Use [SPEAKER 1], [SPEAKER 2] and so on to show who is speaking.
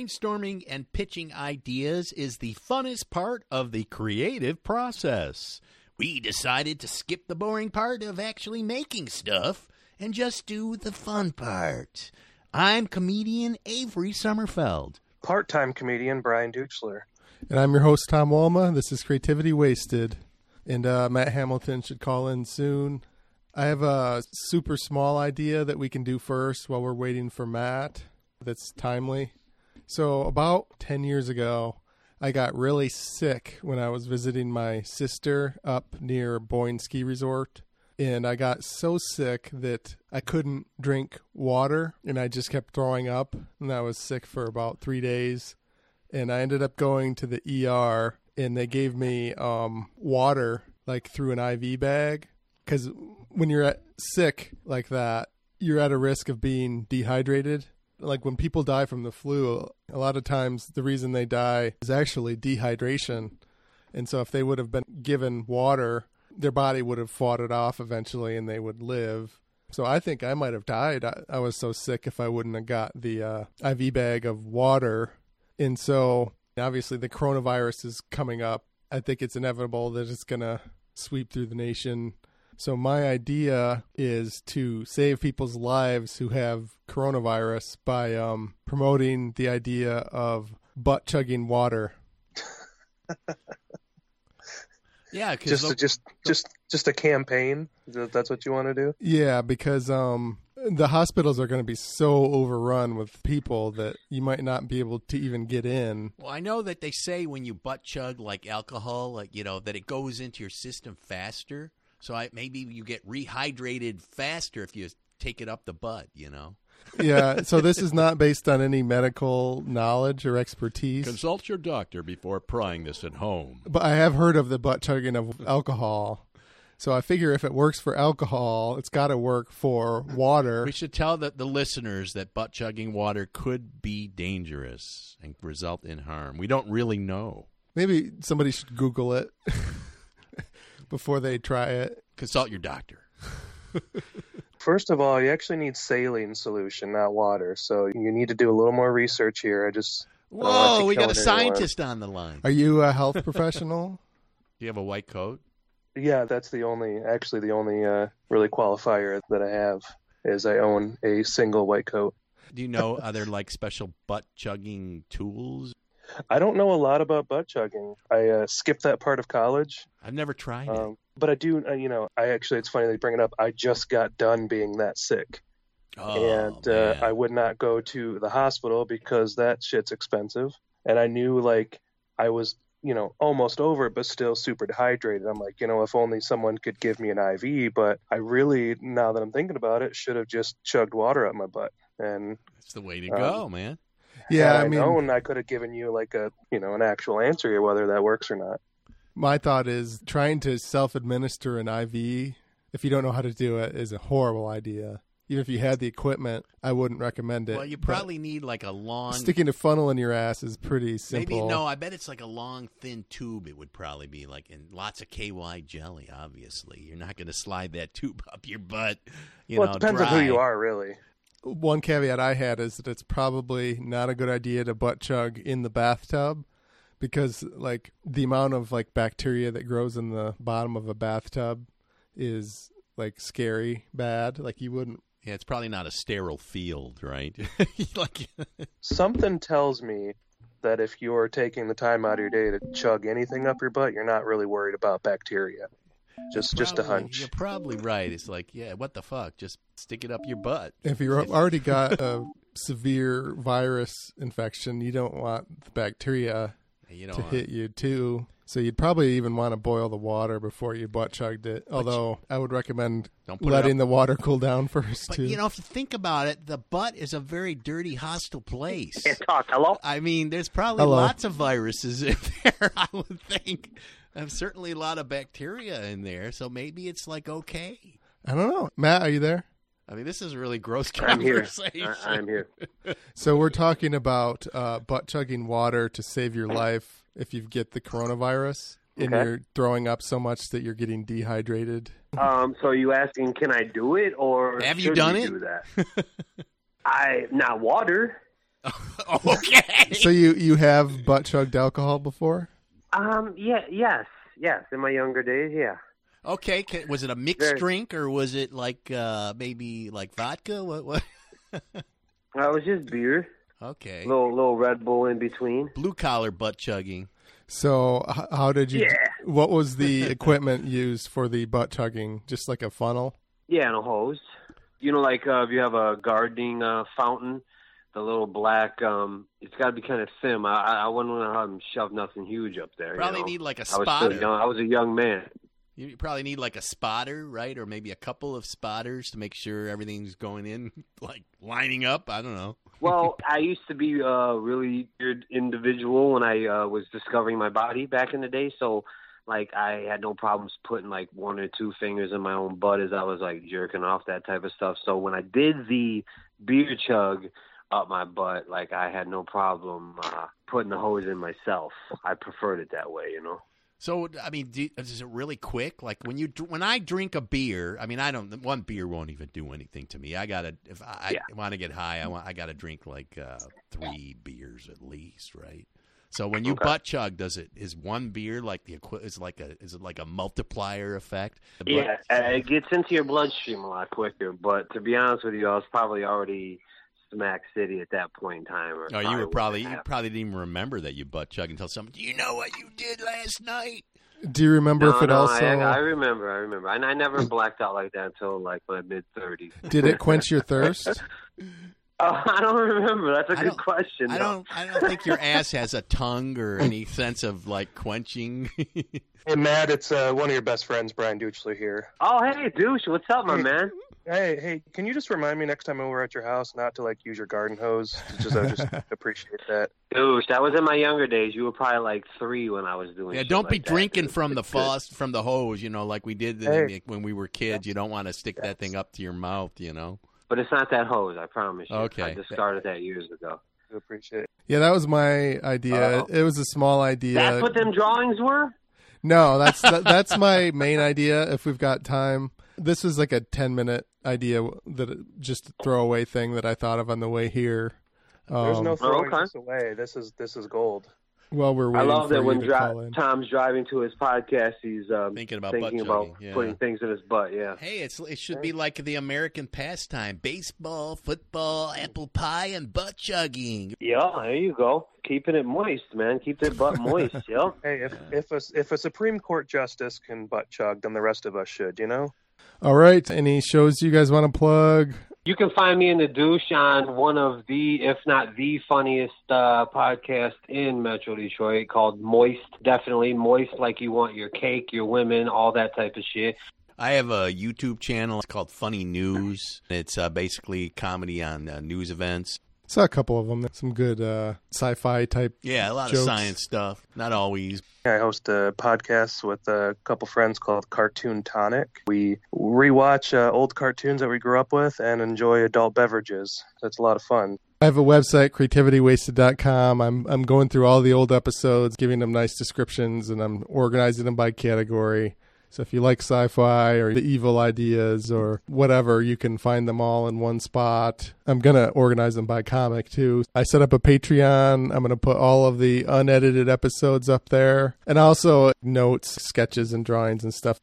[SPEAKER 1] Brainstorming and pitching ideas is the funnest part of the creative process. We decided to skip the boring part of actually making stuff and just do the fun part. I'm comedian Avery Sommerfeld.
[SPEAKER 2] Part time comedian Brian Duchler.
[SPEAKER 3] And I'm your host, Tom Walma. This is Creativity Wasted. And uh, Matt Hamilton should call in soon. I have a super small idea that we can do first while we're waiting for Matt that's timely. So, about 10 years ago, I got really sick when I was visiting my sister up near Boyne Ski Resort. And I got so sick that I couldn't drink water and I just kept throwing up. And I was sick for about three days and I ended up going to the ER and they gave me um, water like through an IV bag because when you're at sick like that, you're at a risk of being dehydrated. Like when people die from the flu, a lot of times the reason they die is actually dehydration. And so if they would have been given water, their body would have fought it off eventually and they would live. So I think I might have died. I, I was so sick if I wouldn't have got the uh, IV bag of water and so obviously the coronavirus is coming up. I think it's inevitable that it's going to sweep through the nation. So my idea is to save people's lives who have coronavirus by um, promoting the idea of butt chugging water.
[SPEAKER 1] Yeah, because
[SPEAKER 2] Just a, just just just a campaign. Th- That's what you want to do.
[SPEAKER 3] Yeah, because um, the hospitals are going to be so overrun with people that you might not be able to even get in.
[SPEAKER 1] Well, I know that they say when you butt chug like alcohol, like you know, that it goes into your system faster. So I, maybe you get rehydrated faster if you take it up the butt. You know,
[SPEAKER 3] Yeah, so this is not based on any medical knowledge or expertise.
[SPEAKER 4] Consult your doctor before prying this at home.
[SPEAKER 3] But I have heard of the butt chugging of alcohol. So I figure if it works for alcohol, it's got to work for water.
[SPEAKER 1] we should tell the, the listeners that butt chugging water could be dangerous and result in harm. We don't really know.
[SPEAKER 3] Maybe somebody should Google it before they try it.
[SPEAKER 1] Consult your doctor.
[SPEAKER 2] First of all, you actually need saline solution, not water. So you need to do a little more research here. I just I don't want
[SPEAKER 1] Whoa,
[SPEAKER 2] to
[SPEAKER 1] we
[SPEAKER 2] kill
[SPEAKER 1] got a
[SPEAKER 2] anyone.
[SPEAKER 1] scientist on the line.
[SPEAKER 3] Are you a health professional?
[SPEAKER 1] Do you have a white coat?
[SPEAKER 2] Yeah, that's the only actually the only uh, really qualifier that I have is I own a single white coat.
[SPEAKER 1] Do you know are there like special butt chugging tools?
[SPEAKER 2] I don't know a lot about butt chugging. I uh, skipped that part of college,
[SPEAKER 1] I've never tried it.
[SPEAKER 2] um, but I do. Uh, you know, I actually it's funny they bring it up. I just got done being that sick,
[SPEAKER 1] Oh,
[SPEAKER 2] and uh,
[SPEAKER 1] man.
[SPEAKER 2] I would not go to the hospital because that shit's expensive. And I knew like I was you know almost over it, but still super dehydrated. I'm like, you know, if only someone could give me an IV. But I really, now that I'm thinking about it, should have just chugged water up my butt. And
[SPEAKER 1] that's the way to
[SPEAKER 2] um,
[SPEAKER 1] go, man.
[SPEAKER 3] Yeah,
[SPEAKER 2] had
[SPEAKER 3] I
[SPEAKER 2] I
[SPEAKER 3] mean,
[SPEAKER 2] known, I could have given you like a you know an actual answer here whether that works or not.
[SPEAKER 3] my thought is trying to self administer an IV, if you don't know how to do it, is a horrible idea. Even if you had the equipment, I wouldn't recommend it.
[SPEAKER 1] Well, you
[SPEAKER 3] But
[SPEAKER 1] probably need like a long
[SPEAKER 3] sticking a funnel in your ass is pretty simple.
[SPEAKER 1] Maybe no, I bet it's like a long thin tube. It would probably be like and lots of KY jelly. Obviously, you're not going to slide that tube up your butt. You
[SPEAKER 2] well,
[SPEAKER 1] know,
[SPEAKER 2] it depends on
[SPEAKER 1] dry.
[SPEAKER 2] who you are, really.
[SPEAKER 3] one caveat I had is that it's probably not a good idea to butt chug in the bathtub because like the amount of like bacteria that grows in the bottom of a bathtub is like scary bad like you wouldn't
[SPEAKER 1] Yeah, it's probably not a sterile field, right? like,
[SPEAKER 2] Something tells me that if you're taking the time out of your day to chug anything up your butt, you're not really worried about bacteria. Just just a
[SPEAKER 1] probably-
[SPEAKER 2] hunch.
[SPEAKER 1] You're probably right. It's like, yeah, what the fuck? Just stick it up your butt.
[SPEAKER 3] if you already got a severe virus infection you don't want the bacteria
[SPEAKER 1] You know, uh,
[SPEAKER 3] to hit you too so you'd probably even want to boil the water before you butt chugged it although i would recommend
[SPEAKER 1] Don't put it
[SPEAKER 3] letting
[SPEAKER 1] up-
[SPEAKER 3] the water cool down first
[SPEAKER 1] but
[SPEAKER 3] too
[SPEAKER 1] you know, if you think about it, the butt is a very dirty, hostile place.
[SPEAKER 2] talk. Hello.
[SPEAKER 1] I mean, there's probably
[SPEAKER 3] Hello.
[SPEAKER 1] lots of viruses in there, I would think. There's certainly a lot of bacteria in there, so maybe it's like okay.
[SPEAKER 3] i don't know matt are you there
[SPEAKER 1] I mean, this is a really gross
[SPEAKER 2] I'm here.
[SPEAKER 1] conversation.
[SPEAKER 2] I, I'm here.
[SPEAKER 3] So we're talking about uh, butt chugging water to save your life if you get the coronavirus and
[SPEAKER 5] Okay.
[SPEAKER 3] you're throwing up so much that you're getting dehydrated.
[SPEAKER 5] Um, so you asking, can I do it or
[SPEAKER 1] Have you
[SPEAKER 5] should
[SPEAKER 1] done
[SPEAKER 5] we
[SPEAKER 1] it?
[SPEAKER 5] Do that? I not water. Eh.
[SPEAKER 1] okay.
[SPEAKER 3] So you you have butt chugged alcohol before?
[SPEAKER 5] Um. Yeah. Yes. Yes. In my younger days. Yeah.
[SPEAKER 1] Okay, ca- was it a mixed
[SPEAKER 5] Very-
[SPEAKER 1] drink or was it like uh maybe like vodka? What what?
[SPEAKER 5] Uh, it was just beer.
[SPEAKER 1] Okay.
[SPEAKER 5] Little little Red Bull in between.
[SPEAKER 1] Blue collar butt chugging.
[SPEAKER 3] So h- how did you?
[SPEAKER 5] Yeah.
[SPEAKER 3] What was the equipment used for the butt chugging? Just like a funnel.
[SPEAKER 5] Yeah, and a hose. You know, like uh, if you have a gardening uh, fountain, the little black. Um, it's got to be kind of thin. I I I wouldn't want to have them shove nothing huge up there.
[SPEAKER 1] Probably
[SPEAKER 5] you know?
[SPEAKER 1] need like a
[SPEAKER 5] I was still
[SPEAKER 1] spotter.
[SPEAKER 5] young. I was a young man.
[SPEAKER 1] You probably need like a spotter, right? Or maybe a couple of spotters to make sure everything's going in, like lining up. I don't know.
[SPEAKER 5] Well, I used to be a really weird individual when I uh, was discovering my body back in the day. So, like, I had no problems putting like one or two fingers in my own butt as I was like jerking off that type of stuff. So when I did the beer chug up my butt, like I had no problem uh, putting the hose in myself. I preferred it that way, you know.
[SPEAKER 1] So I mean, do, is it really quick? Like when you dr- when I drink a beer, I mean, I don't one beer won't even do anything to me. I gotta if I, I want to get high, I want I gotta drink like uh, three beers at least, right? So when you
[SPEAKER 5] Okay.
[SPEAKER 1] butt chug, does it is one beer like the equi- is like a is it like a multiplier effect? The butt-
[SPEAKER 5] Yeah, uh, it gets into your bloodstream a lot quicker. But to be honest with you, I was probably already smack city at that point in time. Or
[SPEAKER 1] Oh, you were
[SPEAKER 5] wouldn't
[SPEAKER 1] probably
[SPEAKER 5] have
[SPEAKER 1] you probably didn't even remember that you butt chug until someone. Do you know what you did last night?
[SPEAKER 3] Do you remember if it
[SPEAKER 5] no,
[SPEAKER 3] also
[SPEAKER 5] I, I remember, I remember, and I
[SPEAKER 1] Mm.
[SPEAKER 5] never blacked out like that until like my mid thirties.
[SPEAKER 3] did it quench your thirst?
[SPEAKER 5] Oh, I don't remember. That's a
[SPEAKER 1] I
[SPEAKER 5] good
[SPEAKER 1] don't-
[SPEAKER 5] question.
[SPEAKER 1] I
[SPEAKER 5] though.
[SPEAKER 1] don't I don't think your ass has a tongue or any sense of like quenching.
[SPEAKER 2] Hey, Matt, it's uh, one of your best friends, Brian Duchler here.
[SPEAKER 5] Oh, hey, douche, what's up, my man?
[SPEAKER 2] Hey, hey, can you just remind me next time we're at your house not to like use your garden hose? Just I just appreciate that.
[SPEAKER 5] Douche, that was in my younger days. You were probably like three when I was doing.
[SPEAKER 1] yeah,
[SPEAKER 5] shit
[SPEAKER 1] don't be
[SPEAKER 5] like that.
[SPEAKER 1] drinking
[SPEAKER 5] It's-
[SPEAKER 1] from the
[SPEAKER 5] it's good.
[SPEAKER 1] faucet from the hose, you know, like we did
[SPEAKER 2] Hey.
[SPEAKER 1] when we were kids. You don't want to stick that thing up to your mouth, you know.
[SPEAKER 5] but it's not that hose. I promise you.
[SPEAKER 1] Okay.
[SPEAKER 5] I discarded that years ago.
[SPEAKER 2] I appreciate it.
[SPEAKER 3] Yeah, that was my idea.
[SPEAKER 5] Oh.
[SPEAKER 3] It was a small idea.
[SPEAKER 5] That's what them drawings were.
[SPEAKER 3] No, that's that, that's my main idea. If we've got time, this is like a ten minute idea that uh, just a throwaway thing that I thought of on the way here. Um,
[SPEAKER 2] There's no throwing
[SPEAKER 5] okay.
[SPEAKER 2] this away. This is this is gold.
[SPEAKER 3] while we're
[SPEAKER 5] I
[SPEAKER 3] waiting
[SPEAKER 5] love
[SPEAKER 3] for
[SPEAKER 5] that
[SPEAKER 3] you
[SPEAKER 5] when
[SPEAKER 3] to
[SPEAKER 5] dri-
[SPEAKER 3] call in.
[SPEAKER 5] Tom's driving to his podcast, he's um,
[SPEAKER 1] Thinking about
[SPEAKER 5] thinking
[SPEAKER 1] butt
[SPEAKER 5] about
[SPEAKER 1] chugging, yeah.
[SPEAKER 5] putting things in his butt. Yeah.
[SPEAKER 1] Hey, it's it should be like the American pastime: baseball, football, apple pie, and butt chugging.
[SPEAKER 5] Yeah, there you go. Keeping it moist, man. Keep their butt moist, yo.
[SPEAKER 2] Hey, if if a if a Supreme Court justice can butt chug, then the rest of us should. You know.
[SPEAKER 3] All right, any shows you guys want to plug?
[SPEAKER 5] You can find me in the douche on one of the, if not the funniest uh, podcast in Metro Detroit called Moist. Definitely moist, like you want your cake, your women, all that type of shit.
[SPEAKER 1] I have a YouTube channel. It's called Funny News. It's uh, basically comedy on uh, news events.
[SPEAKER 3] Saw a couple of them. Some good uh, sci-fi type.
[SPEAKER 1] Yeah, a lot
[SPEAKER 3] Jokes.
[SPEAKER 1] of science stuff. Not always.
[SPEAKER 2] I host a podcast with a couple friends called Cartoon Tonic. We rewatch uh, old cartoons that we grew up with and enjoy adult beverages. That's a lot of fun.
[SPEAKER 3] I have a website, creativitywasted.com. I'm I'm going through all the old episodes, giving them nice descriptions, and I'm organizing them by category. So if you like sci-fi or the evil ideas or whatever, you can find them all in one spot. I'm gonna organize them by comic too. I set up a Patreon. I'm gonna put all of the unedited episodes up there, and also notes, uh, sketches, and drawings and stuff.